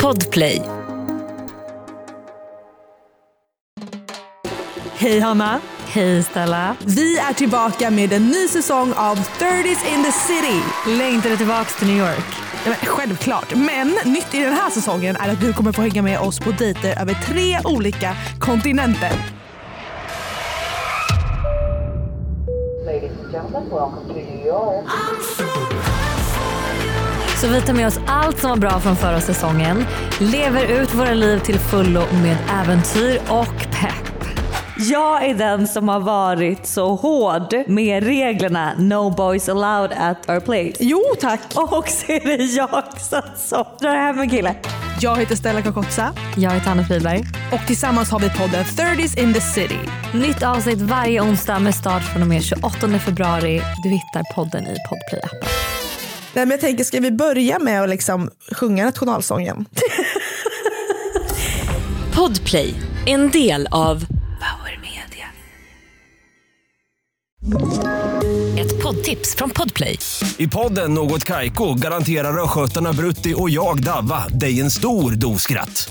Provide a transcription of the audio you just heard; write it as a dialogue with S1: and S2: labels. S1: Podplay. Hej Hanna. Hej Stella.
S2: Vi är tillbaka med en ny säsong av 30s in the city.
S1: Längtade tillbaks till New York.
S2: Nej, men självklart, men nytt i den här säsongen är att du kommer få hänga med oss på dejter över tre olika kontinenter.
S3: Ladies and gentlemen, welcome to New York.
S1: Så vi tar med oss allt som var bra från förra säsongen, lever ut våra liv till fullo med äventyr och pepp. Jag är den som har varit så hård med reglerna no boys allowed at our place.
S2: Jo tack!
S1: Och så är det jag som drar hem en kille.
S2: Jag heter Stella Kakotsa
S1: Jag heter Hanna Friberg.
S2: och tillsammans har vi podden 30s in the city.
S1: Nytt avsnitt varje onsdag med start från och med 28 februari. Du hittar podden i Podplay-appen.
S4: Nej, men jag tänker, ska vi börja med att liksom sjunga nationalsången?
S5: Podplay, en del av Power Media. Ett poddtips från Podplay.
S6: I podden Något Kaiko garanterar östgötarna Brutti och jag, Davva, dig en stor dos skratt.